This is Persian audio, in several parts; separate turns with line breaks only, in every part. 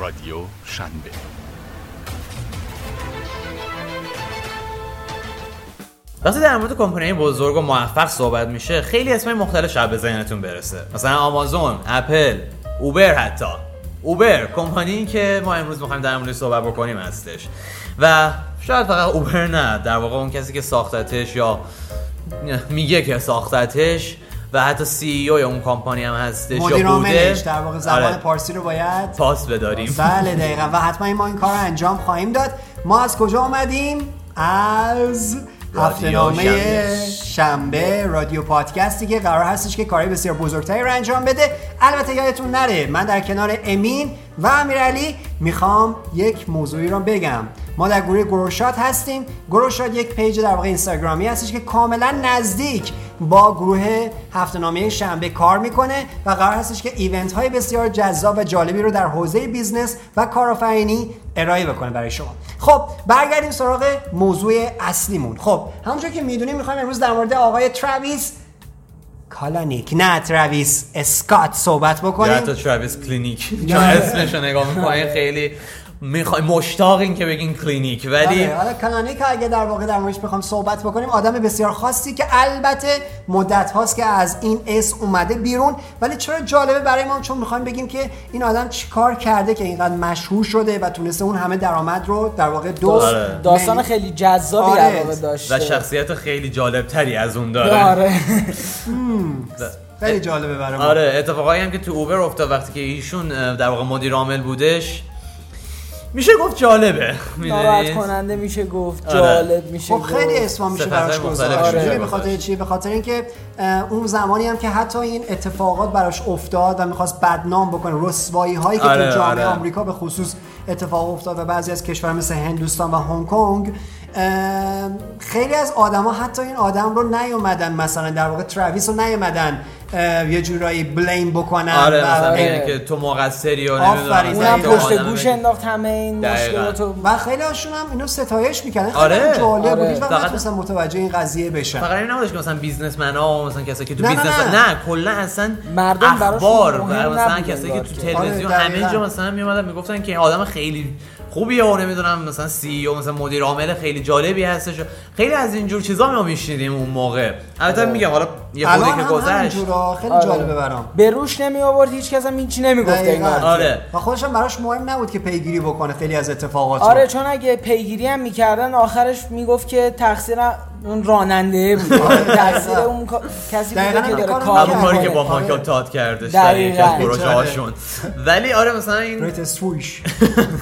رادیو شنبه
وقتی در مورد کمپانی بزرگ و موفق صحبت میشه خیلی اسمای مختلف شب به ذهنتون برسه مثلا آمازون، اپل، اوبر حتی اوبر کمپانی که ما امروز میخوایم در موردش صحبت بکنیم هستش و شاید فقط اوبر نه در واقع اون کسی که ساختتش یا میگه که ساختتش و حتی سی او اون کمپانی هم هستش
مدیر
یا بوده
عاملش در واقع زبان
آره،
پارسی رو باید
پاس بداریم
بله دقیقا و حتما ما این کار رو انجام خواهیم داد ما از کجا آمدیم؟ از هفته
شنبه.
نامه شنبه رادیو پادکستی که قرار هستش که کارهای بسیار بزرگتری رو انجام بده البته یادتون نره من در کنار امین و امیرعلی میخوام یک موضوعی رو بگم ما در گروه گروشات هستیم گروشات یک پیج در واقع اینستاگرامی هستش که کاملا نزدیک با گروه هفته نامه شنبه کار میکنه و قرار هستش که ایونت های بسیار جذاب و جالبی رو در حوزه بیزنس و کارآفرینی ارائه بکنه برای شما خب برگردیم سراغ موضوع اصلیمون خب همونجور که میدونیم میخوایم امروز در مورد آقای ترویس کالانیک نه ترویس اسکات صحبت
یا
بکنیم
حتی تراویس کلینیک چون اسمش رو نگاه میکنین خیلی میخوای مشتاقین که بگین کلینیک ولی
آره، حالا کانانیکا اگه در واقع در موردش بخوام صحبت بکنیم آدم بسیار خاصی که البته مدت هاست که از این اس اومده بیرون ولی چرا جالبه برای ما چون میخوایم بگیم که این آدم چیکار کرده که اینقدر مشهور شده و تونسته اون همه درآمد رو در واقع دو
آره.
داستان خیلی جذابی
آره.
در واقع داشته
و شخصیت خیلی جالب تری از اون داره
آره
خیلی جالبه برای ما
آره اتفاقایی هم که تو اوبر افتاد وقتی که ایشون اه، در واقع مدیر عامل بودش میشه گفت جالبه
ناراحت
میدونی
کننده میشه گفت
آره.
جالب میشه
خب خیلی
گفت.
اسما میشه
صفت‌های
براش
مختلف
گذاشت
میشه
می‌دونی به
براش.
خاطر چی به خاطر اینکه اه، اون زمانی هم که حتی این اتفاقات براش افتاد و میخواست بدنام بکنه رسوایی هایی که
آره،
تو جامعه
آره.
آمریکا به خصوص اتفاق افتاد و بعضی از کشور مثل هندوستان و هنگ کنگ اه، خیلی از آدما حتی این آدم رو نیومدن مثلا در واقع ترویس رو نیومدن اه، یه جورایی بلیم بکنن
آره
و-
مثلا
آره.
بگن که تو مقصری و
آفرین.
نمیدونم مثلا
اونم
تو
پشت
آدم
گوش
بدی.
انداخت همه این
دقیقاً.
مشکلات و
و خیلی هاشون هم اینو ستایش میکردن خیلی
آره.
هم جالب بود
آره.
هیچ وقت
فقط-
نتونستن متوجه این قضیه بشن
فقط این نبودش که مثلا بیزنسمن ها و مثلا کسایی که تو
نه، نه،
بیزنس
نه.
نه کلا اصلا
مردم براشون
اخبار و
مهم
مثلا
نبود
کسایی که
انگار
تو
که.
تلویزیون
آره،
همه جا
دقیقاً.
مثلا میومدن میگفتن که این آدم خیلی خوبیه و نمیدونم مثلا سی او مثلا مدیر عامل خیلی جالبی هستش و خیلی از اینجور چیزا ما میشنیدیم اون موقع البته میگم حالا یه خودی
خب. الان
که
هم
گذشت
همینجورا خیلی
آره.
جالبه برام
به روش نمی آورد هیچ کس هم هیچی نمی گفت
دقیقاً.
انگار
آره
و خودش هم براش مهم نبود که پیگیری بکنه خیلی از اتفاقات رو.
آره چون اگه پیگیری هم میکردن آخرش میگفت که تقصیر اون راننده بود تقصیر اون کا- کسی
آره. دقیقاً
بوده که
همین
داره
کارو
کار
همون
آره.
کاری که
می‌کنه.
با
آره.
مایکل تات کردش در
دقیقاً.
یکی از پروژه هاشون ولی آره مثلا این
ریت سویش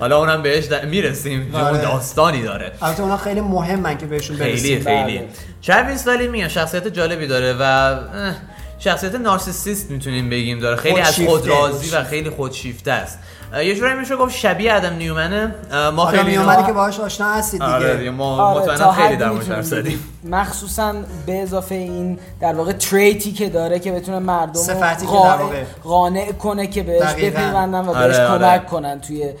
حالا اونم بهش در... میرسیم
آره.
اون داستانی داره
البته اونا خیلی مهمن که بهشون
خیلی
برسیم
خیلی
بله.
چرویس ولی میگم شخصیت جالبی داره و اه، شخصیت نارسیسیست میتونیم بگیم داره خیلی از
خودشیفته.
خود راضی و خیلی خودشیفته است اه، یه جوری میشه گفت شبیه آدم نیومنه اه، ما
آدم
خیلی
میومده
اینو-
آره، که باهاش آشنا هستید
آره دیگه
دیگه
ما
آره،
مطمئنا
تا
خیلی
حدی
در
می‌تونیم
حرف زدیم
بگیم. مخصوصا به اضافه این در واقع تریتی که داره که بتونه مردم رو
صفتی که در واقع.
قانع, قانع کنه که بهش
دقیقاً.
بپیوندن و
آره،
بهش
آره.
کمک کنن توی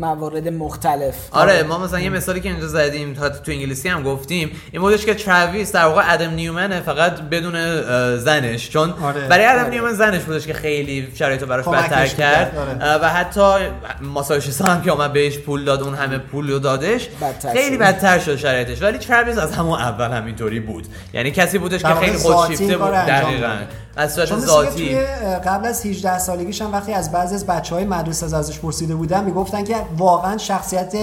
موارد مختلف
آره ما مثلا یه مثالی که اینجا زدیم تا تو انگلیسی هم گفتیم این بودش که ترویس در واقع ادم نیومنه فقط بدون اه، زنش چون
آره.
برای ادم
آره.
نیومن زنش بودش که خیلی شرایط رو براش
کمکش
بدتر
می‌کرد.
کرد
آره.
اه، و حتی ماساژیست هم که اومد بهش پول داد اون همه پول رو دادش
بدتر
خیلی
شد.
بدتر شد شرایطش ولی ترویس از همون اول همینطوری بود یعنی کسی بودش
در
که
واقع
خیلی
ذاتی
خودشیفته
این کار
بود
رو انجام
دقیقاً
داد.
از صورت
چون مثل که
ذاتی
توی اه، قبل از 18 سالگیش هم وقتی از بعضی از بچه های مدرسه از ازش پرسیده بودن میگفتن که واقعا شخصیت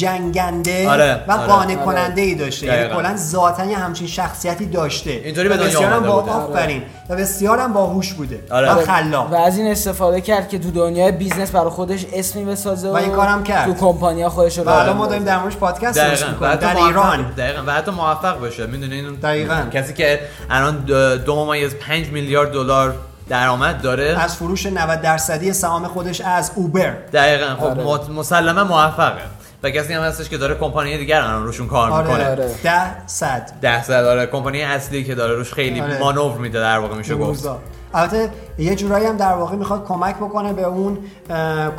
جنگنده
آره،
و
آره،
قانع
آره.
کننده ای داشته یعنی
دقیقاً.
کلا ذاتا یه همچین شخصیتی داشته
اینطوری به
و
دنیا
بسیارم
آمده
با
بوده.
آفرین و بسیارم باهوش بوده
آره.
و خلاق
خب، و از این استفاده کرد که تو دنیای بیزنس برای خودش اسمی بسازه و,
این کارم کرد.
تو کمپانی خودش رو
و الان
راه
ما داریم
بندازه.
در موردش پادکست درست
دقیقاً و
میکنیم
حتی
در
موفق-
ایران
دقیقاً و حتی موفق بشه میدونین
دقیقاً.
کسی که الان دو- دو ممیز 5 میلیارد دلار درآمد داره
از فروش 90 درصدی سهام خودش از اوبر
دقیقاً خب
آره.
مت- مسلما موفقه و کسی هم هستش که داره کمپانی دیگر الان روشون کار میکنه
آره.
ده صد
ده صد آره کمپانی اصلی که داره روش خیلی
آره.
مانور میده در واقع میشه گفت
روزا. البته یه جورایی هم در واقع میخواد کمک بکنه به اون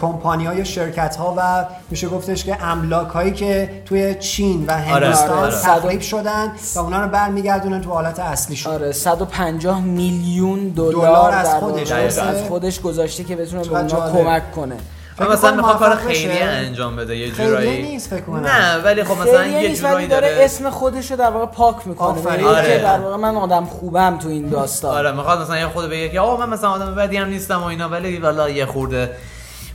کمپانی های شرکت ها و میشه گفتش که املاک هایی که توی چین و هندوستان
آره، آره.
تخریب شدن و اونا رو برمیگردونن تو حالت اصلیشون
آره 150 میلیون دلار
دلار از
در
خودش،
واقع
درسته؟
از خودش گذاشته که بتونه به
چقدر
اونا
جالب.
کمک کنه
و
می‌کنی
آره، مثلا میخواد کار
موفق بشه؟
خیریه انجام بده یه
خیریه
جورایی
نیست فکر کنم.
نه ولی خب مثلا
خیلی
یه
نیست ولی
جورایی
داره
داره
اسم خودش رو در واقع پاک میکنه
آفرین.
میگه
آره.
که در واقع من آدم خوبم تو این داستان
آره میخواد مثلا یه خود بگه که آقا من مثلا آدم بدی هم نیستم و اینا ولی والا یه خورده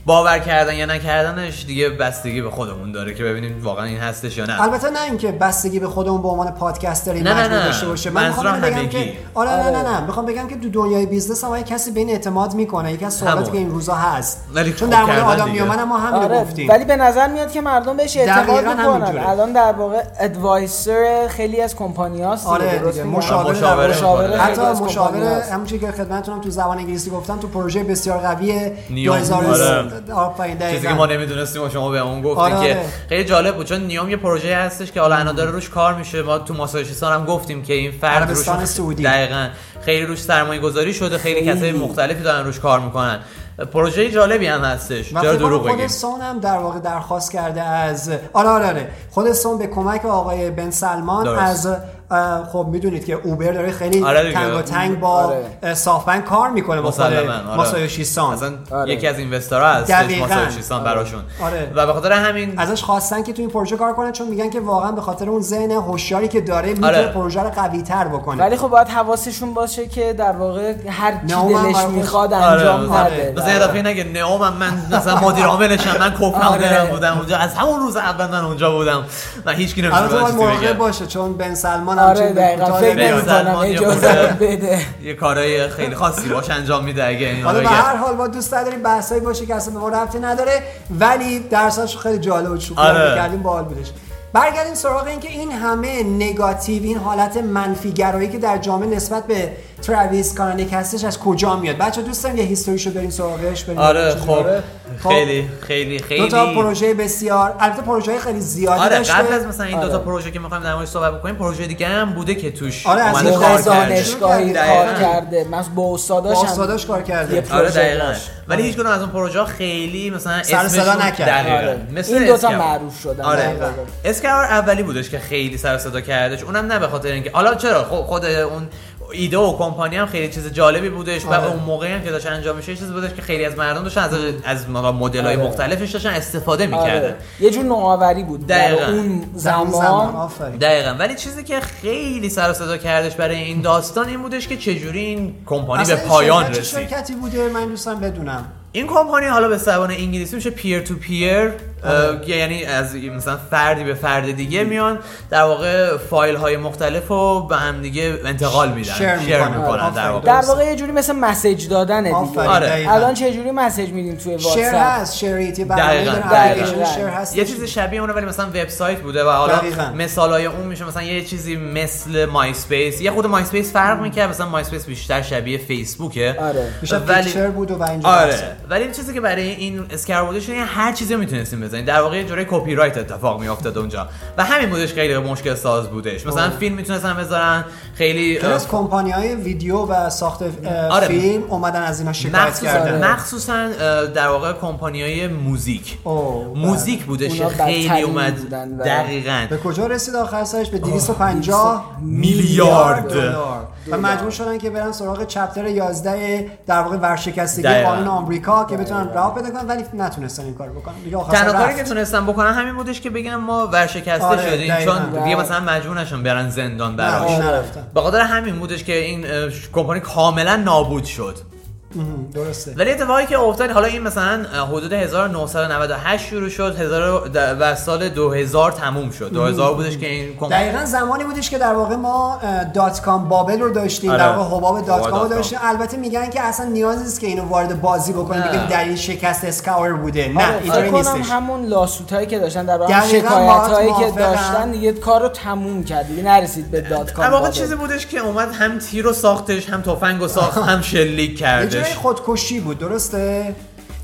باور کردن یا نکردنش دیگه بستگی به خودمون داره که ببینیم واقعا این هستش یا نه
البته نه اینکه بستگی به خودمون به عنوان پادکستری
نه، نه،
مجبور
نه.
داشته باشه من میخوام
منظورم
اینو بگم
همگی.
که آره نه نه
آره.
نه میخوام بگم که تو دنیای بیزنس هم اگه کسی به این اعتماد میکنه یکی از سوالاتی
همون.
که این روزا هست
ولی
چون
خوب
در مورد
کردن
آدم
دیگه.
میومن ما همین رو
آره
گفتیم
ولی به نظر میاد که مردم بهش اعتماد
دقیقاً
میکنن
همینجوره.
الان در واقع ادوایسر خیلی از کمپانی هاست
آره دیگه مشاور
مشاوره
در واقع.
مشاوره
می‌کنه.
حتی
خیلی از
مشاور
کمپانی‌ها هست.
همونجوری که خدمتتونم تو زبان انگلیسی گفتم تو پروژه بسیار قوی
نیوم.
2000 آفرین
آره. چیزی که ما
دقیقاً
نمیدونستیم و شما به اون گفتین
آره،
که
آره.
خیلی جالب بود چون نیوم یه پروژه هستش که حالا الان داره روش کار میشه ما تو ماساژستان هم گفتیم که این فرد روش
عربستان سعودی.
دقیقاً خیلی روش سرمایه گذاری شده خیلی کسای مختلفی دارن روش کار میکنن پروژه جالبی هم هستش
و
چرا
فکر کنم
دروغ
خود
بگیم
سون هم در واقع درخواست کرده از آره آره آره خود سون به کمک آقای بن سلمان
درست.
از اه، خب میدونید که اوبر داره خیلی
آره دیگه.
تنگ و تنگ با
آره.
آره. کار میکنه با خود
مسلما آره.
ماسایوشی سون
اصلا
آره.
یکی از اینوسترها هستش
دقیقاً.
ماسایوشی سان
آره.
براشون
آره.
و به خاطر همین
ازش خواستن که تو این پروژه کار کنه چون میگن که واقعا به خاطر اون ذهن هوشیاری که داره میتونه
آره.
پروژه رو قوی تر بکنه
ولی خب باید حواسشون باشه که در واقع هر چی
نه، اونم
دلش
برای خودش-
میخواد
آره
انجام
مثلا-
نده
مثلا یه دفعه نگه نئومم من مثلا مدیر عاملشم من کوپ
آره.
بودم اونجا از همون روز اول من اونجا بودم و هیچکی نمی‌تونه
البته
من
باید
چیزی
مراقب
بگه.
باشه چون بن سلمان
آره
همچین به
دقیقا
کوتاه
فکر
نمیاد.
نمی‌کنم.
نمیکنم
سلمان یه
اجازه
خورده-
بده
یه کارهای خیلی خاصی باش انجام میده اگه این
حالا آره، به
آقای-
هر حال ما دوست نداریم بحثایی باشه که اصلا به ما ربطی نداره ولی درسش خیلی جالب و شوخی
آره.
آره. کردیم باحال بودش برگردیم سراغ اینکه این همه نگاتیو این حالت منفی گرایی که در جامعه نسبت به ترویس کانانیک هستش از کجا میاد بچه دوست داریم یه هیستوریشو بریم سراغش بریم
آره
چیزی
خب
داره؟ خب،
خیلی خیلی خیلی
دو تا پروژه بسیار البته پروژه های خیلی زیادی
آره
داشته
قبل از مثلا این دو
آره.
تا پروژه که میخوایم در موردش صحبت بکنیم پروژه دیگه هم بوده که توش
آره، از
اومده
این
کار
از
دانشگاه
کرده.
دانشگاهی کار
دقیقاً.
کرده من با استاداش
با
هم-
استاداش کار کرده.
یه
آره
پروژه
دقیقا
داشت.
ولی هیچ کدوم از اون پروژه ها خیلی مثلا
سر
اسمشون
صدا نکرد.
دقیقاً.
آره.
مثل
این دوتا
اسکار.
معروف شدن.
آره
دقیقاً.
اسکار اولی بودش که خیلی سر و صدا کردش اونم نه به خاطر اینکه حالا چرا خب خود اون ایده و کمپانی هم خیلی چیز جالبی بودش و
آره.
اون موقعی هم که داشت انجام میشه چیزی بودش که خیلی از مردم داشتن از از مدل های
آره.
مختلفش داشتن استفاده میکردن
آره. یه جور نوآوری بود
دقیقاً.
در اون
در اون آره، زمان،
زمان
آفرین.
دقیقا ولی چیزی که خیلی سر و صدا کردش برای این داستان این بودش که چجوری این کمپانی به
اصلا این
پایان
شرکت چه
رسید
شرکتی بوده من دوستم بدونم
این کمپانی حالا به زبان انگلیسی میشه پیر تو پیر
آره.
یعنی از مثلا فردی به فرد دیگه میان در واقع فایل های مختلف رو به هم دیگه انتقال میدن
شیر می‌کنن.
می‌کنن در
آفرین.
واقع
در واقع یه جوری مثل مسیج دادن
آفرین،
دیگه
آره.
دقیقاً.
الان چه جوری مسیج میدیم توی
شیر
واتساپ
هست شریتی برنامه
دقیقاً،
دارن،
دقیقاً.
اپلیکیشن شیر هست
یه چیز شبیه اونه ولی مثلا وبسایت بوده و حالا
دقیقاً.
مثال های اون میشه مثلا یه چیزی مثل مای اسپیس یه خود مای اسپیس فرق میکرد مثلا مای اسپیس بیشتر شبیه فیسبوکه
آره.
بیشتر پیکچر بود و اینجا بحثه.
آره ولی این چیزی که برای این اسکر بودش یعنی هر چیزی رو میتونستیم بزنیم در واقع یه جوری کپی رایت اتفاق میافتاد اونجا و همین بودش خیلی مشکل ساز بودش مثلا فیلم میتونستن بذارن خیلی
خیلی از کمپانی های ویدیو و ساخت اه،
آره.
فیلم اومدن از اینا شکایت
مخصوصا
کردن
مخصوصا اه، در واقع کمپانی های موزیک
اوه، بله.
موزیک بودش که
اونا برترین
خیلی اومد
بودن و-
دقیقاً
به کجا رسید آخر سرش به 250
میلیارد.
دلار و مجبور شدن که برن سراغ چپتر 11 در واقع ورشکستگی
دقیقاً.
قانون آمریکا که بتونن رها پیدا کنن ولی نتونستن این کار بکنن دیگه آخر
تنها
سر
کاری که
رفت.
تونستم بکنم همین بودش که بگم ما ورشکسته
آره،
شدیم
دقیقاً.
چون دیگه مثلا مجبور نشن برن زندان
نه،
براش
نرفتن
به خاطر همین بودش که این اه، کمپانی کاملا نابود شد
مهم، درسته
ولی اتفاقی که افتاد حالا این مثلا حدود 1998 شروع شد 1000 و سال 2000 تموم شد 2000 بودش که این کمپانی
دقیقا زمانی بودش که در واقع ما اه، دات کام بابل رو داشتیم
آره.
در واقع حباب
حباب
دات کام رو
دات کام.
داشتیم البته میگن که اصلا نیاز نیست که اینو وارد بازی بکنیم
نه.
بگیم در این شکست اسکاور بوده نه
آره،
اینطوری
فکر کنم
نیستش
همون لاسوت هایی که داشتن در واقع
دقیقاً
شکایت
باهات
هایی که
موافقم.
داشتن دیگه کار رو تموم کرد دیگه نرسید به دات
در
کام
واقع
بابل.
چیزی بودش که اومد هم تیر رو ساختش هم تفنگ رو ساخت هم شلیک
یه جای
کردش
خودکشی بود درسته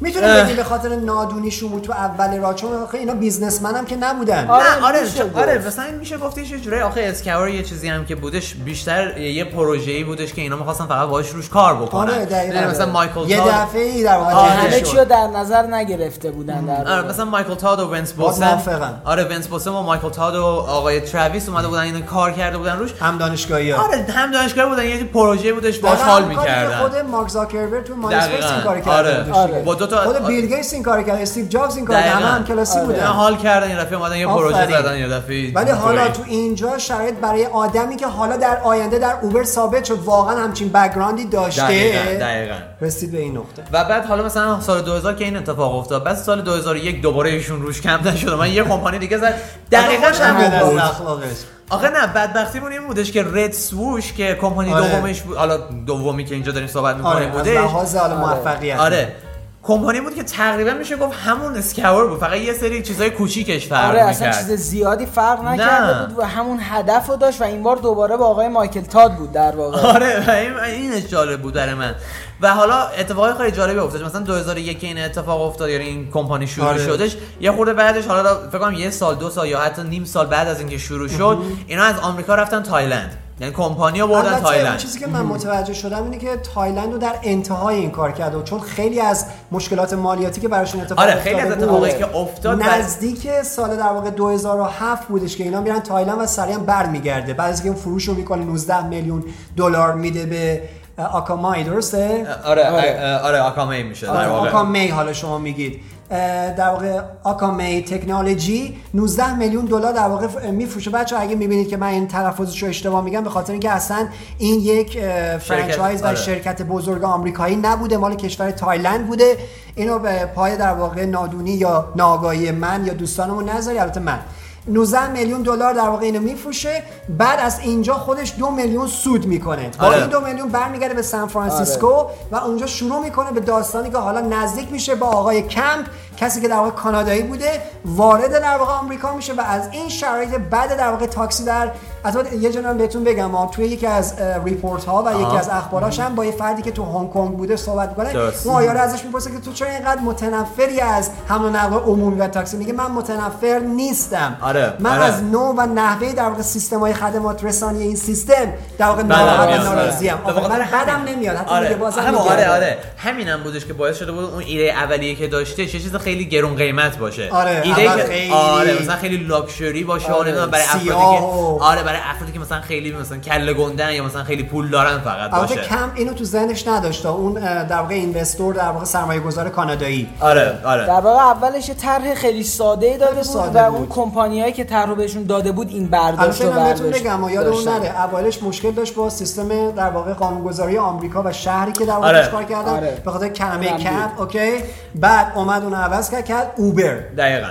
میتونیم
اه.
بگیم به خاطر نادونیشون بود تو اول راه چون آخه اینا بیزنسمن هم که نبودن
آره،
نه آره
میشه گفت.
آره مثلا این میشه گفتش یه جوری آخه اسکاور یه چیزی هم که بودش بیشتر یه پروژه‌ای بودش که اینا می‌خواستن فقط باهاش روش کار بکنن
آره دقیقاً
یعنی مثلا مایکل
یه
تاد
دفعه ای در واقع
آره.
جمع
همه
شد.
چی رو در نظر نگرفته بودن در
آره
واقع.
مثلا مایکل تاد و ونس
باز
بوسن
موافقم.
آره ونس بوسن و مایکل تاد و آقای ترویس اومده بودن اینو کار کرده بودن روش
هم دانشگاهی ها
آره هم دانشگاه
آره،
بودن یه پروژه بودش باش حال می‌کردن
خود مارک زاکربرگ تو مایسپیس این
دقیقاً
کار کرده
آره.
بودش دیگه.
با دو تا
خود بیل گیتس این کار کرد استیو جابز این کار کرد
دقیقاً. آره.
همه هم کلاسی
نه،
بودن
حال کردن یه دفعه اومدن یه پروژه
آفرین.
زدن یه دفعه
ولی حالا
اینطوری.
تو اینجا شرایط برای آدمی که حالا در آینده در اوبر ثابت شد واقعا همچین بک‌گراندی
دقیقاً,
داشته
دقیقاً.
رسید به این نقطه
و بعد حالا مثلا سال 2000 که این اتفاق افتاد بعد سال 2001 دوباره ایشون روش کم نشد من یه کمپانی دیگه زد دقیقاً
آخه
هم
خوشم اومد
بود
آره، از اخلاقش.
آخه نه بدبختیمون این بودش که رد سوش که کمپانی
آره.
دومش بود حالا دومی که اینجا داریم صحبت می‌کنیم
آره از
بودش
لحاظ حالا موفقیت
آره کمپانی بود که تقریبا میشه گفت همون اسکور بود فقط یه سری چیزای کوچیکش فرق
آره اصلا
میکرد
چیز زیادی فرق نکرده بود و همون هدف رو داشت و این بار دوباره با آقای مایکل تاد بود در واقع
آره و این اینش جالب بود برای من و حالا اتفاقی خیلی جالبی افتاد مثلا 2001 که این اتفاق افتاد یعنی این کمپانی شروع
آره.
شدش یه خورده بعدش حالا فکر کنم یه سال دو سال یا حتی نیم سال بعد از اینکه شروع شد اینا از آمریکا رفتن تایلند یعنی کمپانی رو بردن
البته اون
تایلند
چیزی که من متوجه شدم اینه که تایلند رو در انتهای این کار کرده و چون خیلی از مشکلات مالیاتی که براشون اتفاق
آره، خیلی از
افتاده
اتفاقایی
بود،
که افتاد بر-
نزدیک سال در واقع 2007 بودش که اینا میرن تایلند و سریعا برمیگرده بعد از اینکه اون فروش رو میکنه 19 میلیون دلار میده به اه، آکامای درسته
آره
آره.
آره, آره آکامه میشه در واقع
آکامی حالا شما میگید اه، در واقع آکامی تکنولوژی 19 میلیون دلار در واقع ف- میفروشه بچه اگه میبینید که من این تلفظش رو اشتباه میگم به خاطر اینکه اصلا این یک اه، فرانچایز و
آره.
شرکت بزرگ آمریکایی نبوده مال کشور تایلند بوده اینو به پای در واقع نادونی یا ناآگاهی من یا دوستانمون نذاری البته من 19 میلیون دلار در واقع اینو میفروشه بعد از اینجا خودش دو میلیون سود میکنه با
آره.
این دو میلیون برمیگرده به سان فرانسیسکو و اونجا شروع میکنه به داستانی که حالا نزدیک میشه با آقای کمپ کسی که در واقع کانادایی بوده وارد در واقع آمریکا میشه و از این شرایط بعد در واقع تاکسی در البته یه جنرال بهتون بگم ما توی یکی از ریپورت ها و یکی از اخباراش هم با یه فردی که تو هنگ کنگ بوده صحبت میکنه
درست.
اون آیاره ازش میپرسه که تو چرا اینقدر متنفری از حمل و نقل عمومی و تاکسی میگه من متنفر نیستم
آره،
من
آره.
از نوع و نحوه در واقع سیستم های خدمات رسانی این سیستم در واقع
بعدم
ناراحت و
میاد.
ناراضی ام
به
آخه
واقع
من
آره. همین.
بعدم نمیاد حتی
آره.
دیگه بازم
آره
میگم.
آره آره همینم بودش که باعث شده بود اون ایده اولیه که داشته چه چیز خیلی گرون قیمت باشه
آره،
ایده
اول
که
خیلی-
آره مثلا خیلی لاکچری باشه
آره،
آره. برای افرادی که
سیاه و-
آره برای افرادی که مثلا خیلی مثلا کله گندن یا مثلا خیلی پول دارن فقط
البته
باشه
کم اینو تو ذهنش نداشته اون اه، در واقع اینوستور در واقع سرمایه گذار کانادایی
آره آره
در واقع اولش یه طرح خیلی ساده داده بود
ساده
و
بود.
اون کمپانیایی که طرح رو بهشون داده بود این برداشت
البته
رو
اینم بهتون
برداشت
بگم یاد اون
داشتن.
نره اولش مشکل داشت با سیستم در واقع قانونگذاری آمریکا و شهری که در واقع
آره.
توش کار کردن
آره.
به خاطر کلمه
اونم بود.
کپ اوکی بعد اومد اون عوض کرد کرد اوبر
دقیقا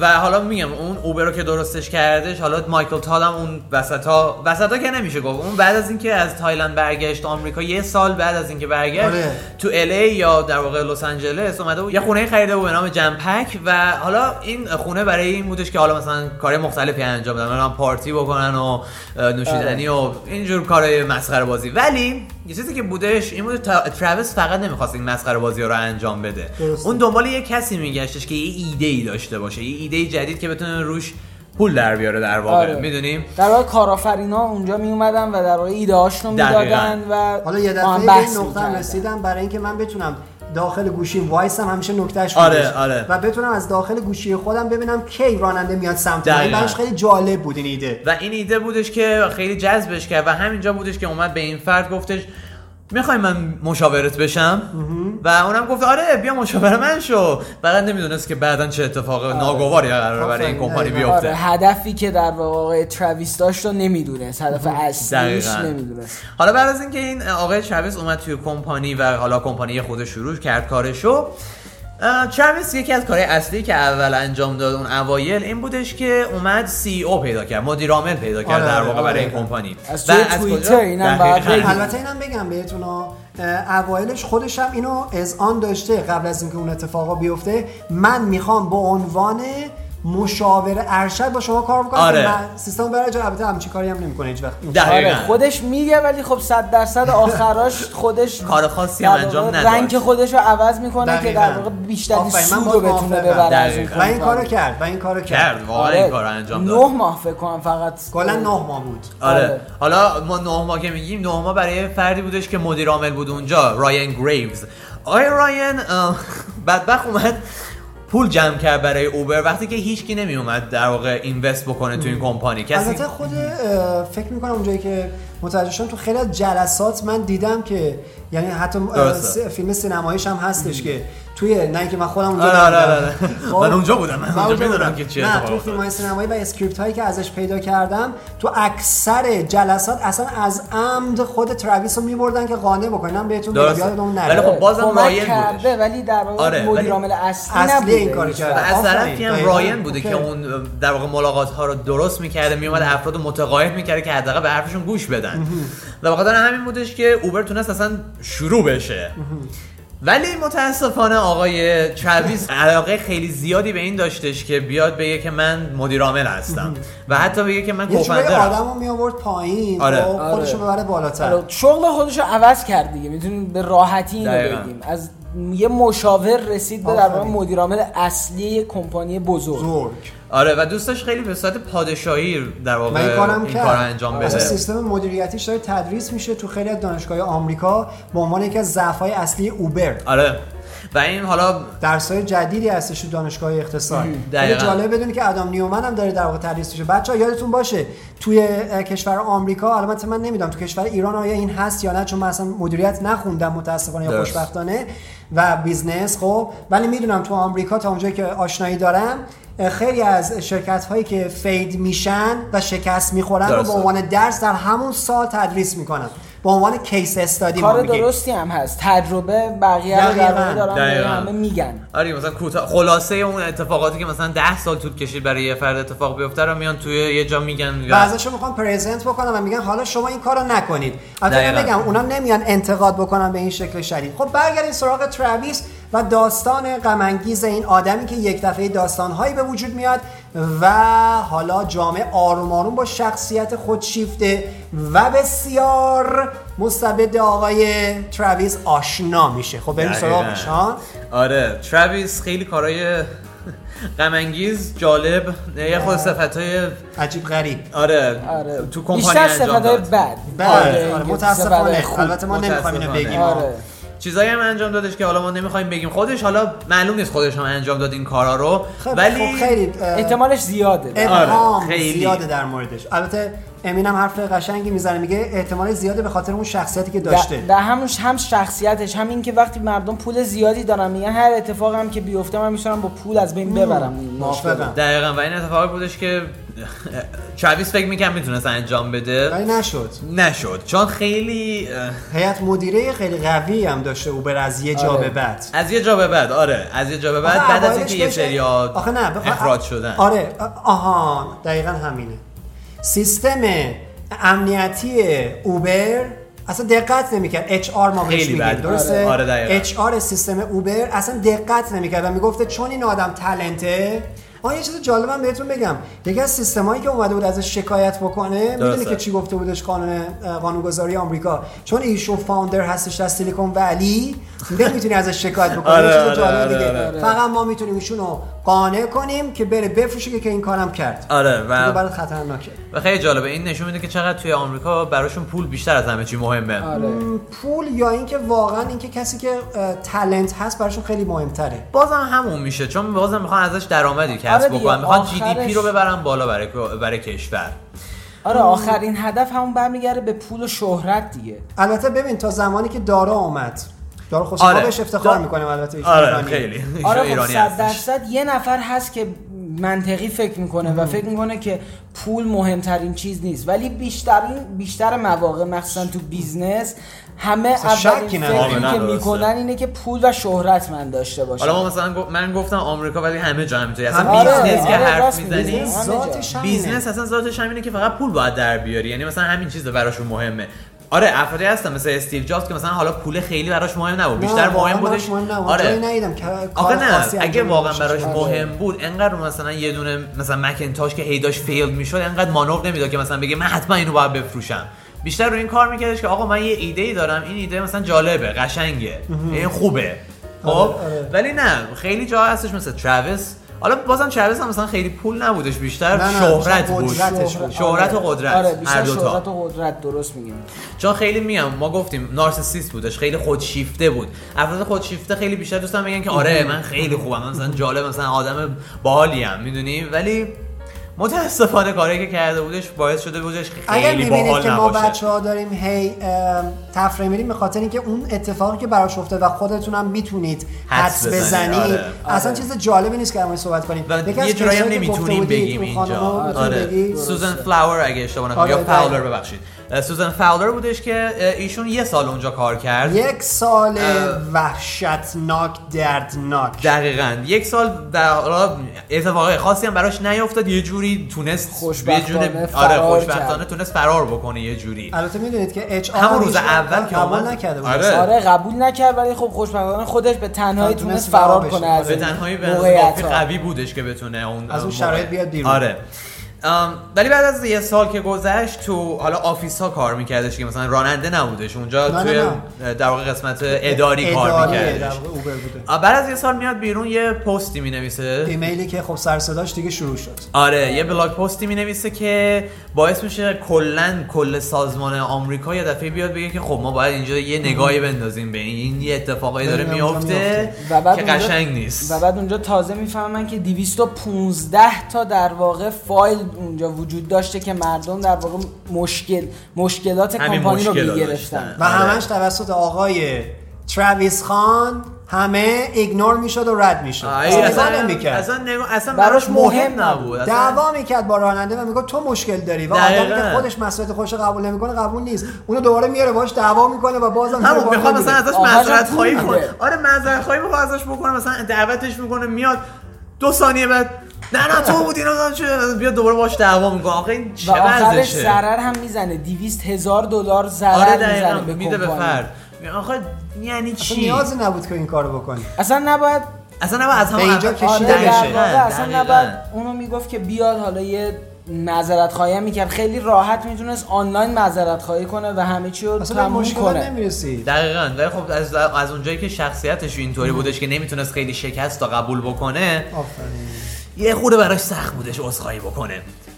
و حالا میگم اون اوبر رو که درستش کردش حالا مایکل تاد هم اون وسط ها وسط ها که نمیشه گفت اون بعد از اینکه از تایلند برگشت آمریکا یه سال بعد از اینکه برگشت
آره.
تو ال یا در واقع لس آنجلس اومده بود یه خونه خریده بود به نام جمپک و حالا این خونه برای این بودش که حالا مثلا کار مختلفی انجام بدن مثلا پارتی بکنن و اه، نوشیدنی و اینجور کارهای مسخره بازی ولی یه چیزی که بودش این بود تا- تراویس فقط نمیخواست این مسخره بازی رو انجام بده
درسته.
اون دنبال یه کسی میگشتش که یه ایده ای داشته باشه یه ایده جدید که بتونه روش پول در بیاره در واقع
آره.
میدونیم
در واقع کارآفرینا اونجا می اومدن و در واقع ایده هاشون
دقیقاً.
میدادن و
حالا یه
با
دفعه
هم
به
بحث
این نقطه هم
می‌کردن.
رسیدم برای اینکه من بتونم داخل گوشیم وایسم همیشه نکتهش
آره،
بودش.
آره.
و بتونم از داخل گوشی خودم ببینم کی راننده میاد سمت من این
دقیقاً.
براش خیلی جالب بود این ایده
و این ایده بودش که خیلی جذبش کرد و همینجا بودش که اومد به این فرد گفتش میخوای من مشاورت بشم و اونم گفت آره بیا مشاور من شو فقط نمیدونست که بعدا چه اتفاق ناگواری قراره برای این
آفرین،
کمپانی
دقیقاً.
بیفته
آره هدفی که در واقع ترویس داشت رو نمیدونست هدف اصلیش
دقیقاً.
نمیدونست
حالا بعد از اینکه این آقای چاویس اومد توی کمپانی و حالا کمپانی خودش شروع کرد کارشو اه، چاویس یکی از کارهای اصلی که اول انجام داد اون اوایل این بودش که اومد سی او پیدا کرد مدیر عامل پیدا کرد
آره،
در واقع
آره.
برای این کمپانی
از
و
توی
کجا؟
توییتر اینم باید
دقیقاً.
بگیم.
البته اینم بگم بهتون ها، اه، اوایلش خودش هم اینو از آن داشته قبل از اینکه اون اتفاقا بیفته من میخوام به عنوان مشاور ارشد با شما کار بکنم
آره.
که من سیستم برای جا البته همچین کاری هم نمیکنه هیچ وقت
دقیقاً.
آره خودش میگه ولی خب صد درصد آخراش خودش
کار خاصی هم
در واقع
انجام نداد.
رنگ خودش رو عوض میکنه که
دقیقاً.
در واقع بیشتر
آفرین، من
سود
باز
رو بتونه
موافقم.
ببره از
دقیقاً.
و این کارو
کمپانی.
کرد و این کارو کرد
کرد واقعا آره، این کار رو انجام داد
آره، نه ماه فکر کنم فقط
کلا نه ماه بود
آره
آره.
حالا ما نه ماه که میگیم نه ماه برای فردی بودش که مدیر عامل بود اونجا رایان گریوز آقای رایان اه، بدبخت اومد پول جمع کرد برای اوبر وقتی که هیچکی نمی اومد در واقع اینوست بکنه تو این کمپانی کسی
البته خود اه، فکر میکنم اونجایی که متوجه شدم تو خیلی از جلسات من دیدم که یعنی حتی اه،
درسته.
س- فیلم سینماییش هم هستش که توی نه اینکه من خودم اونجا
آره، آره،
نبودم.
آره، آره.
خب،
من اونجا بودم، من اونجا می‌دونم
بودم.
که چه
نه
اتفاقی
تو
افتاد.
فیلم‌های سینمایی و اسکریپت هایی که ازش پیدا کردم تو اکثر جلسات اصلا از عمد خود ترویس رو میبردن که قانع بکنم بهتون
درسته.
یادمون نره
ولی خب بازم
کمک
مایل بودش
کرده ولی در واقع
آره، ولی
مدیر عامل اصلی
اصلی
نبوده
این کارو
هیچ
کرده.
و
وقت.
از
آفرین،
طرفی هم
دقیقاً.
راین بوده
اوکی.
که اون در واقع ملاقات ها رو درست میکرده میومد افراد رو متقاعد میکرده که حداقل به حرفشون گوش بدن و بخاطر همین بودش که اوبر تونست اصلا شروع بشه ولی متاسفانه آقای چرویز علاقه خیلی زیادی به این داشتش که بیاد بگه که من مدیر عامل هستم و حتی بگه که من
یه جوری
کوفندرم
آدمو می آورد پایین
آره.
خب، خودشو
آره.
ببره بالاتر
حالا شغل خودش رو عوض کرد دیگه میتونیم به راحتی اینو
دقیقاً.
بگیم از یه مشاور رسید به در واقع
آفرین.
مدیر عامل اصلی یک کمپانی بزرگ
بزرگ
آره و دوستش خیلی به صورت پادشاهی در
و
واقع
این
این
کارم کرد آره.
کار انجام
اصلا
بده
سیستم مدیریتیش داره تدریس میشه تو خیلی از دانشگاه آمریکا به عنوان یکی از ضعف‌های اصلی اوبر
آره و این حالا
درسای جدیدی هستش تو دانشگاه اقتصاد خیلی
دقیقاً.
جالب بدونی که ادم نیومن هم داره در واقع تدریس میشه بچه یادتون باشه توی اه، کشور آمریکا البته من نمیدونم تو کشور ایران آیا این هست یا نه چون من اصلا مدیریت نخوندم متاسفانه یا
درست.
خوشبختانه و بیزنس خب ولی میدونم تو آمریکا تا اونجایی که آشنایی دارم اه، خیلی از شرکت هایی که فید میشن و شکست میخورن رو به
درسته.
عنوان درس در همون سال تدریس میکنن به عنوان کیس استادی ما
کار
میگیم.
درستی هم هست تجربه بقیه رو در واقع
دقیقاً.
دارن به
دقیقاً.
همه میگن
آره مثلا کوتاه خلاصه اون اتفاقاتی که مثلا 10 سال طول کشید برای یه فرد اتفاق بیفته رو میان توی یه جا میگن یا-
بعضیشون میخوان پرزنت بکنن و میگن حالا شما این کارو نکنید البته من
دقیقاً.
بگم اونا نمیان انتقاد بکنن به این شکل شدید خب برگردیم سراغ ترویس و داستان غم انگیز این آدمی که یک دفعه داستانهایی به وجود میاد و حالا جامعه آروم آروم با شخصیت خود شیفته و بسیار مستبد آقای ترویس آشنا میشه خب بریم
دقیقاً.
سراغش ها
آره ترویس خیلی کارهای غم انگیز جالب یه خود صفتهای
عجیب غریب
آره,
آره
تو کمپانی
بیشتر
انجام
صفتهای
داد.
بد
بله
آره،
آره،
یه
متاسفانه
صفتهای خوب.
البته ما نمیخوایم اینو
متاسفانه.
بگیم
آره.
چیزایی هم انجام دادش که حالا ما نمیخوایم بگیم خودش حالا معلوم نیست خودش هم انجام داد این کارا رو
خب،
ولی
خب، خیلی اه،
احتمالش زیاده
ابهام
آره، خیلی.
زیاده در موردش البته امینم حرف قشنگی میزنه میگه احتمال زیاده به خاطر اون شخصیتی که داشته
و همون هم شخصیتش هم این که وقتی مردم پول زیادی دارن میگن هر اتفاقی هم که بیفته من میتونم با پول از بین ببرم این مشکل رو.
موافقم
دقیقا و این اتفاقی بودش که چاویس فکر میکنم میتونست انجام بده
ولی نشد
نشد چون خیلی اه،
هیئت مدیره خیلی قوی هم داشته اوبر از یه جا
آره.
به بعد
از یه جا به بعد آره از یه جا به بعد
آخه
بعد از
اوایلش
اینکه یه
بهش-
سری
آخه نه بخواه-
اخراج شدن
آره آ- آها دقیقا همینه سیستم امنیتی اوبر اصلا دقت نمیکرد اچ آر ما بهش
خیلی
میگیم
بد.
درسته
آره، دقیقاً.
اچ آر سیستم اوبر اصلا دقت نمیکرد و میگفته چون این آدم تلنته آن یه چیز جالبم بهتون بگم یکی از سیستمایی که اومده بود ازش شکایت بکنه میدونی که چی گفته بودش قانون اه، قانونگذاری آمریکا چون ایشو فاوندر هستش از سیلیکون ولی نمیتونی ازش شکایت بکنی
آره،
یه چیز
آره،
جالب
آره،
دیگه.
آره.
فقط ما میتونیم ایشون رو قانع کنیم که بره بفروشه که, که این کارم کرد
آره
دیگه
و
برات خطرناکه
و خیلی جالبه این نشون میده که چقدر توی آمریکا براشون پول بیشتر از همه چی مهمه
آره.
م، پول یا اینکه واقعا اینکه کسی که اه، تلنت هست براشون خیلی مهمتره
بازم همون میشه چون بازم میخوان ازش درآمدی کسب
آره دیگه،
بکنن میخوان جی دی پی
آخرش-
رو ببرن بالا برای برای کشور
آره آخرین هدف همون برمیگرده به پول و شهرت دیگه
البته ببین تا زمانی که دارا آمد دارا خوش
آره.
بهش افتخار
دا-
میکنه البته ایشون
آره
ایرانیه.
خیلی ایشون
آره خب
ایرانی
صد
هستش
درصد یه نفر هست که منطقی فکر میکنه و فکر میکنه که پول مهمترین چیز نیست ولی بیشترین بیشتر مواقع مخصوصا تو بیزنس همه
شکی
اولین
نداره.
فکری
کاملا
که
آره، درسته.
میکنن اینه که پول و شهرت من داشته باشه
حالا ما مثلا گف- من گفتم آمریکا ولی همه جا همینطوری اصلا
آره،
بیزنس که
آره،
حرف
راست میگی.
میزنی
بیزنس
ذاتش همینه.
بیزنس اصلا ذاتش همینه که فقط پول باید در بیاری یعنی مثلا همین چیزا براشون مهمه آره افرادی هستن مثل استیو جابز که مثلا حالا پول خیلی براش مهم نبود
نه،
بیشتر
واقعاً
مهم
براش
بودش
مهم نبود. جایی
آره
ندیدم که کار
آخه
خاصی
نه اگه
انجام
واقعا
بشه.
براش
آره.
مهم بود انقدر مثلا یه دونه مثلا مکنتاش که هیداش فیل میشد انقدر مانور نمیداد که مثلا بگه من حتما اینو باید بفروشم بیشتر رو این کار میکردش که آقا من یه ایده ای دارم این ایده مثلا جالبه قشنگه این خوبه خب
آره، آره.
ولی نه خیلی جا هستش مثل تراویس حالا بازم تراویس هم مثلا خیلی پول نبودش بیشتر
نه، نه،
شهرت
بیشتر
بود
قدرتش بود.
شهرت و قدرت
آره
هر
بیشتر
دوتا.
شهرت و قدرت درست میگیم
چون خیلی میام ما گفتیم نارسیسیست بودش خیلی خودشیفته بود افراد خودشیفته خیلی بیشتر دوستان میگن که آره من خیلی خوبم من مثلا جالب مثلا آدم باحالیم میدونی ولی متاسفانه کاری که کرده بودش باعث شده بودش که
اگر
خیلی
میبینید
باحال
که ما
نباشه
بچه ها داریم هی ام، تفره میریم به خاطر اینکه اون اتفاقی که براش افتاد و خودتونم میتونید
حدس
حدس
بزنید،
بزنید
آره.
اصلا چیز جالبی نیست که در موردش صحبت کنیم
و
یکی از
یه جورایی هم
کسایی که گفته
نمیتونیم
بودی،
بگیم
اون
اینجا
خانم‌ها می‌تونی
آره
بگی؟
سوزن فلاور اگه اشتباه نکنم
آره،
یا
بله.
فاولر ببخشید اه، سوزن فاولر بودش که اه، ایشون یه سال اونجا کار کرد
یک سال
اه.
وحشتناک دردناک
دقیقا یک سال در حالا اتفاقای خاصی هم براش نیفتاد یه جوری تونست
خوشبختانه
به جون- آره
فرار
خوشبختانه
کرد.
تونست فرار بکنه یه جوری
البته میدونید که اچ
همون روز اول که
قبول
آمد.
نکرده بود
آره.
آره قبول نکرد ولی خب خوشبختانه خودش به تنهایی
تونست
تونست
رها
فرار
بشه.
کنه از
به
این
تنهایی به اندازه کافی
موقعیت ها
قوی بودش که بتونه اون
از اون
موقع.
شرایط بیاد بیرون.
آره ام، ولی بعد از یه سال که گذشت تو حالا آفیس ها کار میکردش که مثلا راننده نبودش اونجا
نه،
توی
نه،
در واقع قسمت اداری کار
اداری، در
میکردش
واقع اوبر بوده
بعد از یه سال میاد بیرون یه پستی مینویسه
ایمیلی که خب سر صداش دیگه شروع شد
آره یه بلاگ پستی می نویسه که باعث میشه کلا کل سازمان آمریکا یه دفعه بیاد بگه که خب ما باید اینجا یه نگاهی بندازیم به این یه اتفاقایی داره
ببینم اونجا
میافته
و بعد
که
اونجا-
قشنگ نیست
و بعد اونجا تازه میفهمن که 215 تا در واقع فایل اونجا وجود داشته که مردم در واقع مشکل مشکلات
همین
کمپانی رو
مشکل رو
میگرفتن
داشتن.
و
آره.
همش توسط آقای ترویس خان همه ایگنور میشد و رد میشد
آه، این
اصلا
اصلا
نمیکرد
اصلا, نگاه- اصلا
براش
براش مهم
مهم
نبود اصلا
دعوا میکرد با راننده و میگفت تو مشکل داری و
دقیقاً.
آدمی که خودش مسئولیت خودش رو قبول نمیکنه قبول نیست اونو دوباره میاره باش دعوا میکنه و بازم میاره
همون
باهاش
میخوام مثلا
میگیره.
ازش
آخرش
معذرت
پول
خواهی
میده.
کنه آره معذرت خواهی میخوام ازش بکنه مثلا دعوتش میکنه میاد دو ثانیه بعد نه نه تو بودی نه نه، چه- بیا دوباره باش دعوا میکنه آخه این چه
و آخرش
وضعشه؟
ضرر هم میزنه 200 هزار دلار
آره
ضرر
دقیقا
میزنه به
میده به
کمپانی.
فرد آخه یعنی
اصلا
چی
نیازی نبود که این کارو بکنی
اصلا نباید
اصلا نباید از
به
همون
اینجا
اول-
کشیده دقیقاً،
آره در
دقیقاً،
واقع اصلا
دقیقاً.
نباید اونو میگفت که بیاد حالا یه معذرت خواهی میکرد خیلی راحت میتونست آنلاین معذرت خواهی کنه و همه چی رو
اصلا به
تموم
مشکل
کنه
نمیرسی
دقیقا ولی خب از, از اونجایی که شخصیتش اینطوری بودش که نمیتونست خیلی شکست تا قبول بکنه
آفرین
یه خورده براش سخت بودش عذرخواهی بکنه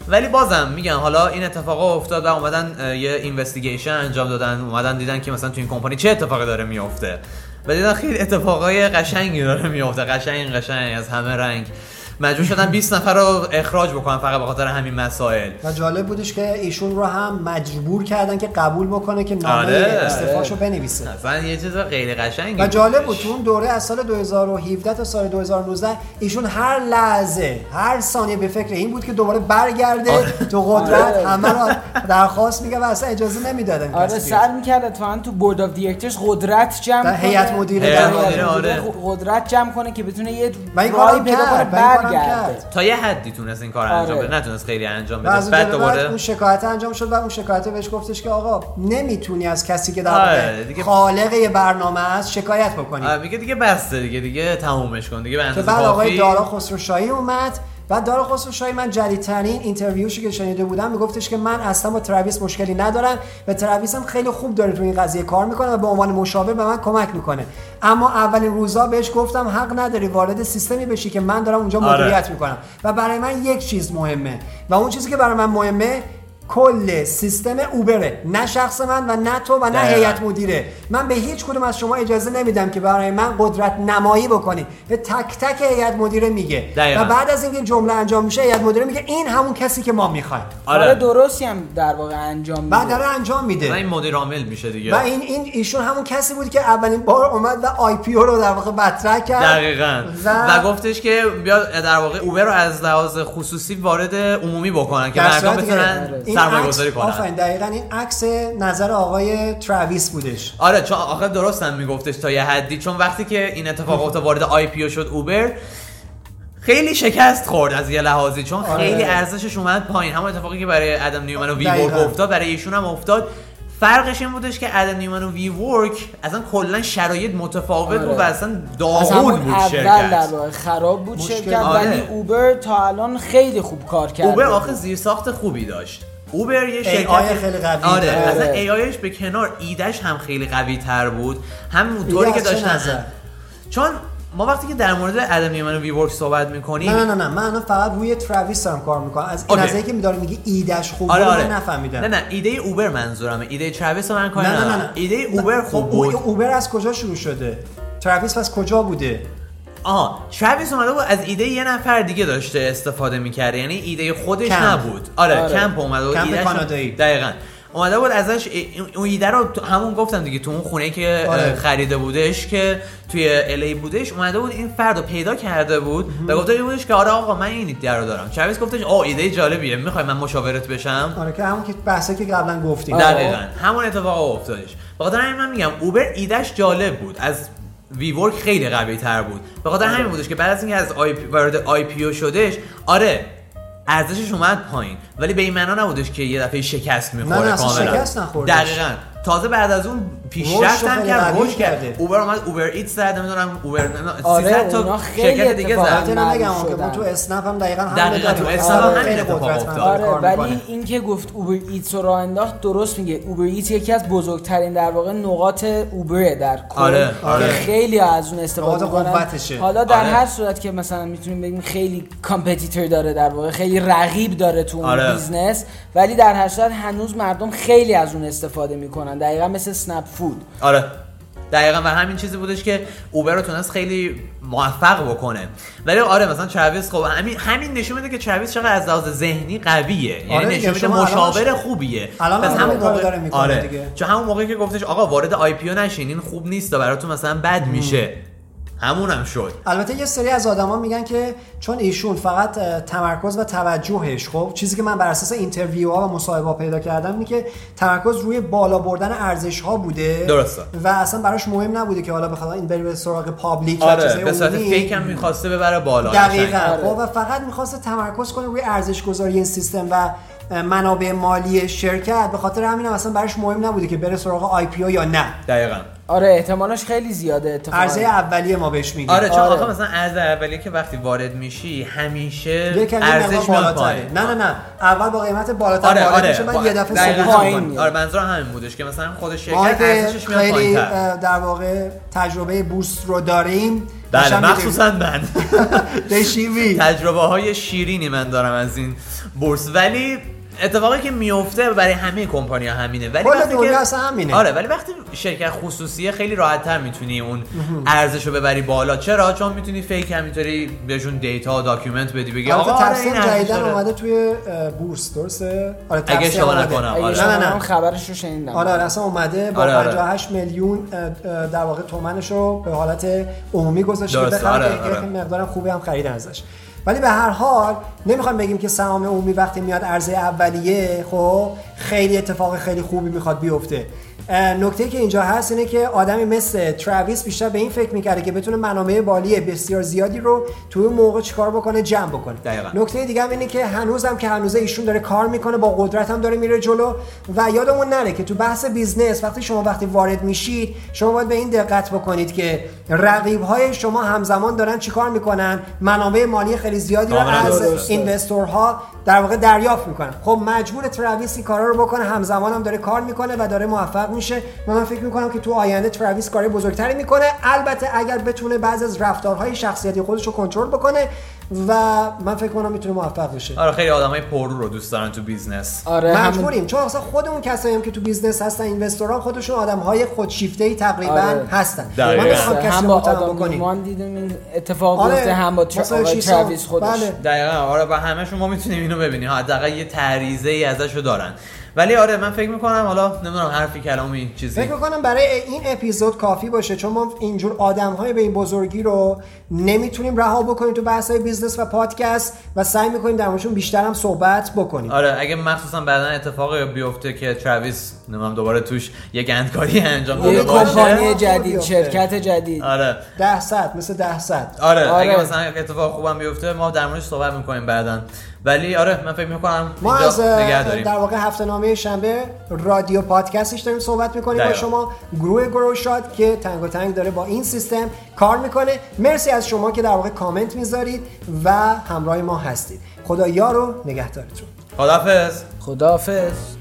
ولی بازم میگم حالا این اتفاقا افتاد و اومدن اه، یه اینوستیگیشن انجام دادن اومدن دیدن که مثلا تو این کمپانی چه اتفاقی داره میفته و دیدن خیلی اتفاقای قشنگی داره میفته قشنگ قشنگ از همه رنگ مجبور شدن 20 نفر رو اخراج بکنن فقط به خاطر همین مسائل
و جالب بودش که ایشون رو هم مجبور کردن که قبول بکنه که نامه
آره.
استعفاشو بنویسه
اصلا یه چیز غیر قشنگی
و جالب بود
بودش.
تو اون دوره از سال 2017 تا سال 2019 ایشون هر لحظه هر ثانیه به فکر این بود که دوباره برگرده تو قدرت
آره.
همه رو درخواست میگه و اصلا اجازه نمیدادن
آره سعی میکرد اتفاقا تو بورد آف دیرکترز قدرت جمع
در
کنه
هیئت مدیره
در
هیئت
هیئت
مدیره، آره.
مدیره قدرت جمع کنه که بتونه یه
و این
راهی
کارم
پیدا
کرد
کنه
و این کارم
برگرده
کرد
تا یه حدی تونست این کار رو انجام
آره.
بده نتونست خیلی انجام
و از
بده
اونجا
بعد
به بعد
دوباره
اون شکایت انجام شد و اون شکایت بهش گفتش که آقا نمیتونی از کسی که در
آره،
واقع
دیگه-
خالق یه برنامه است شکایت بکنی
آه، میگه دیگه بسته دیگه دیگه تمومش کن دیگه به
که
اندازه
بعد بله، آقای
کافی-
دارا خب خسروشاهی اومد بعد دارا خسروشاهی من جدیدترین اینترویوشی که شنیده بودم میگفتش که من اصلا با ترویس مشکلی ندارم و ترویس هم خیلی خوب داره تو این قضیه کار میکنه و به عنوان مشاور به من کمک میکنه اما اولین روزا بهش گفتم حق نداری وارد سیستمی بشی که من دارم اونجا
آره.
مدیریت میکنم و برای من یک چیز مهمه و اون چیزی که برای من مهمه کل سیستم اوبره نه شخص من و نه تو و نه
دقیقاً.
هیئت مدیره من به هیچ کدوم از شما اجازه نمیدم که برای من قدرت نمایی بکنی به تک تک هیئت مدیره میگه
دقیقاً.
و بعد از اینکه این جمله انجام میشه هیئت مدیره میگه این همون کسی که ما میخوایم
کار
آره
درستی هم در واقع انجام
بعد
میده
داره انجام
و
میده
این مدیر عامل میشه دیگه
و این این ایشون همون کسی بود که اولین بار اومد و آی پی او رو در واقع مطرح کرد
دقیقا
و-
و... گفتش که بیا در واقع اوبر رو از لحاظ خصوصی وارد عمومی بکنن که
در
مردم
صورتی که آره.
بتونن
این
سرمایه
عکس-
گذاری کنن
آفرین دقیقا این عکس نظر آقای تراویس بودش
آره چون آخه درست هم میگفتش تا یه حدی چون وقتی که این اتفاق افتاد وارد آی پی شد اوبر خیلی شکست خورد از یه لحاظی چون
آره.
خیلی ارزشش اومد پایین همون اتفاقی که برای ادم نیومن و ویورک
دقیقاً.
افتاد برای ایشون هم افتاد فرقش این بودش که ادم نیومن و ویورک اصلا کلا شرایط متفاوت
آره.
بود و اصلا
از
داغون
همون
بود
اول در
شرکت
واقع خراب بود
مشکل.
شرکت
آره.
ولی اوبر تا الان خیلی خوب کار کرده
اوبر آخه زیر ساخت خوبی داشت اوبر یه شرکت
آی خیلی قوی
آره
داره.
اصلا ای آیش به کنار ایدش هم خیلی قوی تر بود هم طوری
ایده
که
از چه
داشتن
نظر؟
چون ما وقتی که در مورد ادم نیومن و وی ورک صحبت میکنیم
نه نه نه نه من الان فقط روی تراویس هم کار میکنم از این
اوکی.
نظری که میداره میگه ایدش خوبه
آره
رو
آره
من نفهمیدم
نه نه ایده اوبر منظورمه ایده ترویس رو من کاری
نه نه نه
ندارم
نه
ایده اوبر
خب
خوب بود
اوبر از کجا شروع شده ترافیس از کجا بوده
آها ترویس اومده بود از ایده یه نفر دیگه داشته استفاده میکرده یعنی ایده خودش
کمپ.
نبود آره,
آره.
کمپ اومده بود
کمپ
ایده‌ش-
کانادایی.
دقیقا اومده بود ازش ای- اون ایده رو تو- همون گفتم دیگه تو اون خونه که
آره.
اه، خریده بودش که توی الی بودش اومده بود این فرد رو پیدا کرده بود و گفته بودش که آره آقا من این ایده رو دارم چاویس گفتش آه ایده جالبیه میخوای من مشاورت بشم
آره که همون که بحثی که قبلا گفتیم خب،
آه.
دقیقا همون اتفاق افتادش به خاطر همین من میگم اوبر ایدش جالب بود از وی ورک خیلی قوی تر بود به خاطر همین بودش که بعد از اینکه از آی پی- وارد آی پی او شدش آره ارزشش اومد پایین ولی به این معنا نبودش که یه دفعه شکست میخوره
نه، نه، اصلا
کاملا
شکست نخوردش.
دقیقاً تازه بعد از اون
رشد
پیشرفت هم
خیلی
کرد
قوی
رشد کرد
کرده.
اوبر اومد اوبر ایت زد نمیدونم اوبر
آره،
300
اونا
تا
خیلی
شرکت دیگه
اتفاقات
زد
البته
معروف
نمیگم که ما
شدن.
تو اسنپ هم دقیقا همین
دقیقاً،
داریم.
تو اسنپ هم خب،
آره،
همین
خیلی
اتفاق
قدرتمند
افتاد.
داره کار
آره ولی
می‌کنه.
این که گفت اوبر ایتس رو راه انداخت درست میگه اوبر ایتس یکی از بزرگترین در واقع نقاط اوبره در کل
آره،
که
آره.
خیلی از اون استفاده
نقاط
می‌کنن.
قوتشه.
حالا در
آره.
هر صورت که مثلا میتونیم بگیم خیلی کامپتیتور داره در واقع خیلی رقیب داره تو اون
آره.
بیزنس ولی در هر صورت هنوز مردم خیلی از اون استفاده میکنن دقیقا مثل سنپ فود
آره دقیقا و همین چیزی بودش که اوبر رو تونست خیلی موفق بکنه ولی آره مثلا چاویس خب همین همین نشون میده که چاویس چقدر از لحاظ ذهنی قویه
آره
یعنی نشون
دیگه،
میده
شما الان-
مشاور خوبیه
الان
پس
هم
همون
همین کارو
موقع-
داره می‌کنه
آره
دیگه.
چون همون موقعی که گفتش آقا وارد آی پی نشین این خوب نیست و براتون مثلا بد میشه همون هم شد
البته یه سری از آدما میگن که چون ایشون فقط اه، تمرکز و توجهش خب چیزی که من بر اساس اینترویو ها و مصاحبه ها پیدا کردم اینه که تمرکز روی بالا بردن ارزش ها بوده
درسته.
و اصلا براش مهم نبوده که حالا بخواد این بره به سراغ پابلیک و
آره
چیزهای
به صورت
عمومی.
فیک هم میخواسته ببره بالا
دقیقا
قشنگ.
آره.
خب و فقط میخواست تمرکز کنه روی ارزش گذاری این سیستم و اه، منابع مالی شرکت به خاطر همین هم اصلا براش مهم نبوده که بره سراغ آی پی او یا نه
دقیقا
آره احتمالش خیلی زیاده اتفاقا
عرضه اولیه ما بهش میگیم
آره چون
آره.
آخه مثلا ارز اولیه که وقتی وارد میشی همیشه
یه کمی
ارزش
ارزش
میاد
بالاتره
پایین
نه نه نه اول با قیمت بالاتر
آره
وارد
آره
میشه بعد یه دفعه
دقیقاً
سقوط
پایین
می‌کنه.
میاد.
آره منظورم همین بودش که مثلا خود شرکت
ما که
ارزشش میاد
خیلی
پایین‌تر
اه، در واقع تجربه بورس رو داریم
بله
نشان می‌دیم.
مخصوصا من
بشیوی
تجربه های شیرینی من دارم از این بورس ولی اتفاقی که میفته برای همه کمپانی ها همینه ولی
کل
وقتی
دنیا
که
اصلا همینه.
آره ولی وقتی شرکت خصوصیه خیلی راحت تر میتونی اون ارزش رو ببری بالا چرا چون میتونی فیک همینطوری بهشون دیتا داکیومنت بدی بگی آقا
البته
آره این
تفسیر
ارزش
جدیدن
داره.
اومده توی اه، بورس درسته آره
اگه
تفسیر
اشتباه
اومده.
نکنم،
اگه
آره.
شما
نه نه
هم
نه
خبرش رو شنیدم
آره آره، اصلا اومده با
آره، آره.
58 میلیون اه، اه، در واقع تومنش رو به حالت عمومی گذاشته
درسته،
بخرن
آره،
که
آره.
یک مقدارم خوبی هم خریدن ازش ولی به هر حال نمیخوام بگیم که سهام عمومی وقتی میاد عرضه اولیه خب خیلی اتفاق خیلی خوبی میخواد بیفته اه، نکته که اینجا هست اینه که آدمی مثل تراویس بیشتر به این فکر میکرده که بتونه منابع بالی بسیار زیادی رو توی اون موقع چیکار بکنه جمع بکنه
دقیقاً.
نکته دیگه هم اینه که هنوزم که هنوزه ایشون داره کار میکنه با قدرت هم داره میره جلو و یادمون نره که تو بحث بیزنس وقتی شما وقتی وارد میشید شما باید به این دقت بکنید که رقیب های شما همزمان دارن چیکار میکنن منابع مالی خیلی زیادی رو
کاملاً
از
درسته.
اینوستورها در واقع دریافت میکنن خب مجبور تراویس این کارا رو بکنه همزمان هم داره کار میکنه و داره موفق میشه و من فکر میکنم که تو آینده تراویس کار بزرگتری میکنه البته اگر بتونه بعض از رفتارهای شخصیتی خودش رو کنترل بکنه و من فکر کنم میتونه موفق بشه
آره خیلی آدمای پررو رو دوست دارن تو بیزنس
آره همون-
مجبوریم چون اصلا خودمون کسایی هم که تو بیزنس هستن اینوستورها خودشون آدم های خودشیفته ای تقریبا
آره.
هستن من
دقیقاً.
نمیخوام کسی
بله. هم
رو
با
متهم
آدم
بکنیم
نیومان دیدیم این اتفاق
آره،
بیفته هم با تر...
مثلا
آقای
شیسا.
ترویس خودش
بله.
دقیقا آره و همشون ما میتونیم اینو ببینیم حداقل یه تعریزه ای ازشو دارن ولی آره من فکر میکنم حالا نمیدونم حرفی کلامی چیزی
فکر میکنم برای این اپیزود کافی باشه چون ما اینجور آدم های به این بزرگی رو نمیتونیم رها بکنیم تو بحث های بیزنس و پادکست و سعی میکنیم در موردشون بیشتر هم صحبت بکنیم
آره اگه مخصوصا بعدا اتفاقی بیفته که ترویس نمیدونم دوباره توش یک گندکاری انجام
یه
آره،
داده باشه
کمپانی
باشه.
جدید
بیفته.
شرکت جدید
آره
ده صد مثل ده صد
آره
آره.
اگه مثلا اتفاق خوبم بیفته ما در موردش صحبت میکنیم بعدا ولی آره من فکر میکنم
ما از
اینجا نگه
اه،
داریم
در واقع هفته نامه شنبه رادیو پادکستش داریم صحبت میکنیم با
دقیقا.
شما گروه گروه شاد که تنگ و تنگ داره با این سیستم کار میکنه مرسی از شما که در واقع کامنت میذارید و همراه ما هستید خدا یار و نگهدارتون
خدافظ
خداحافظ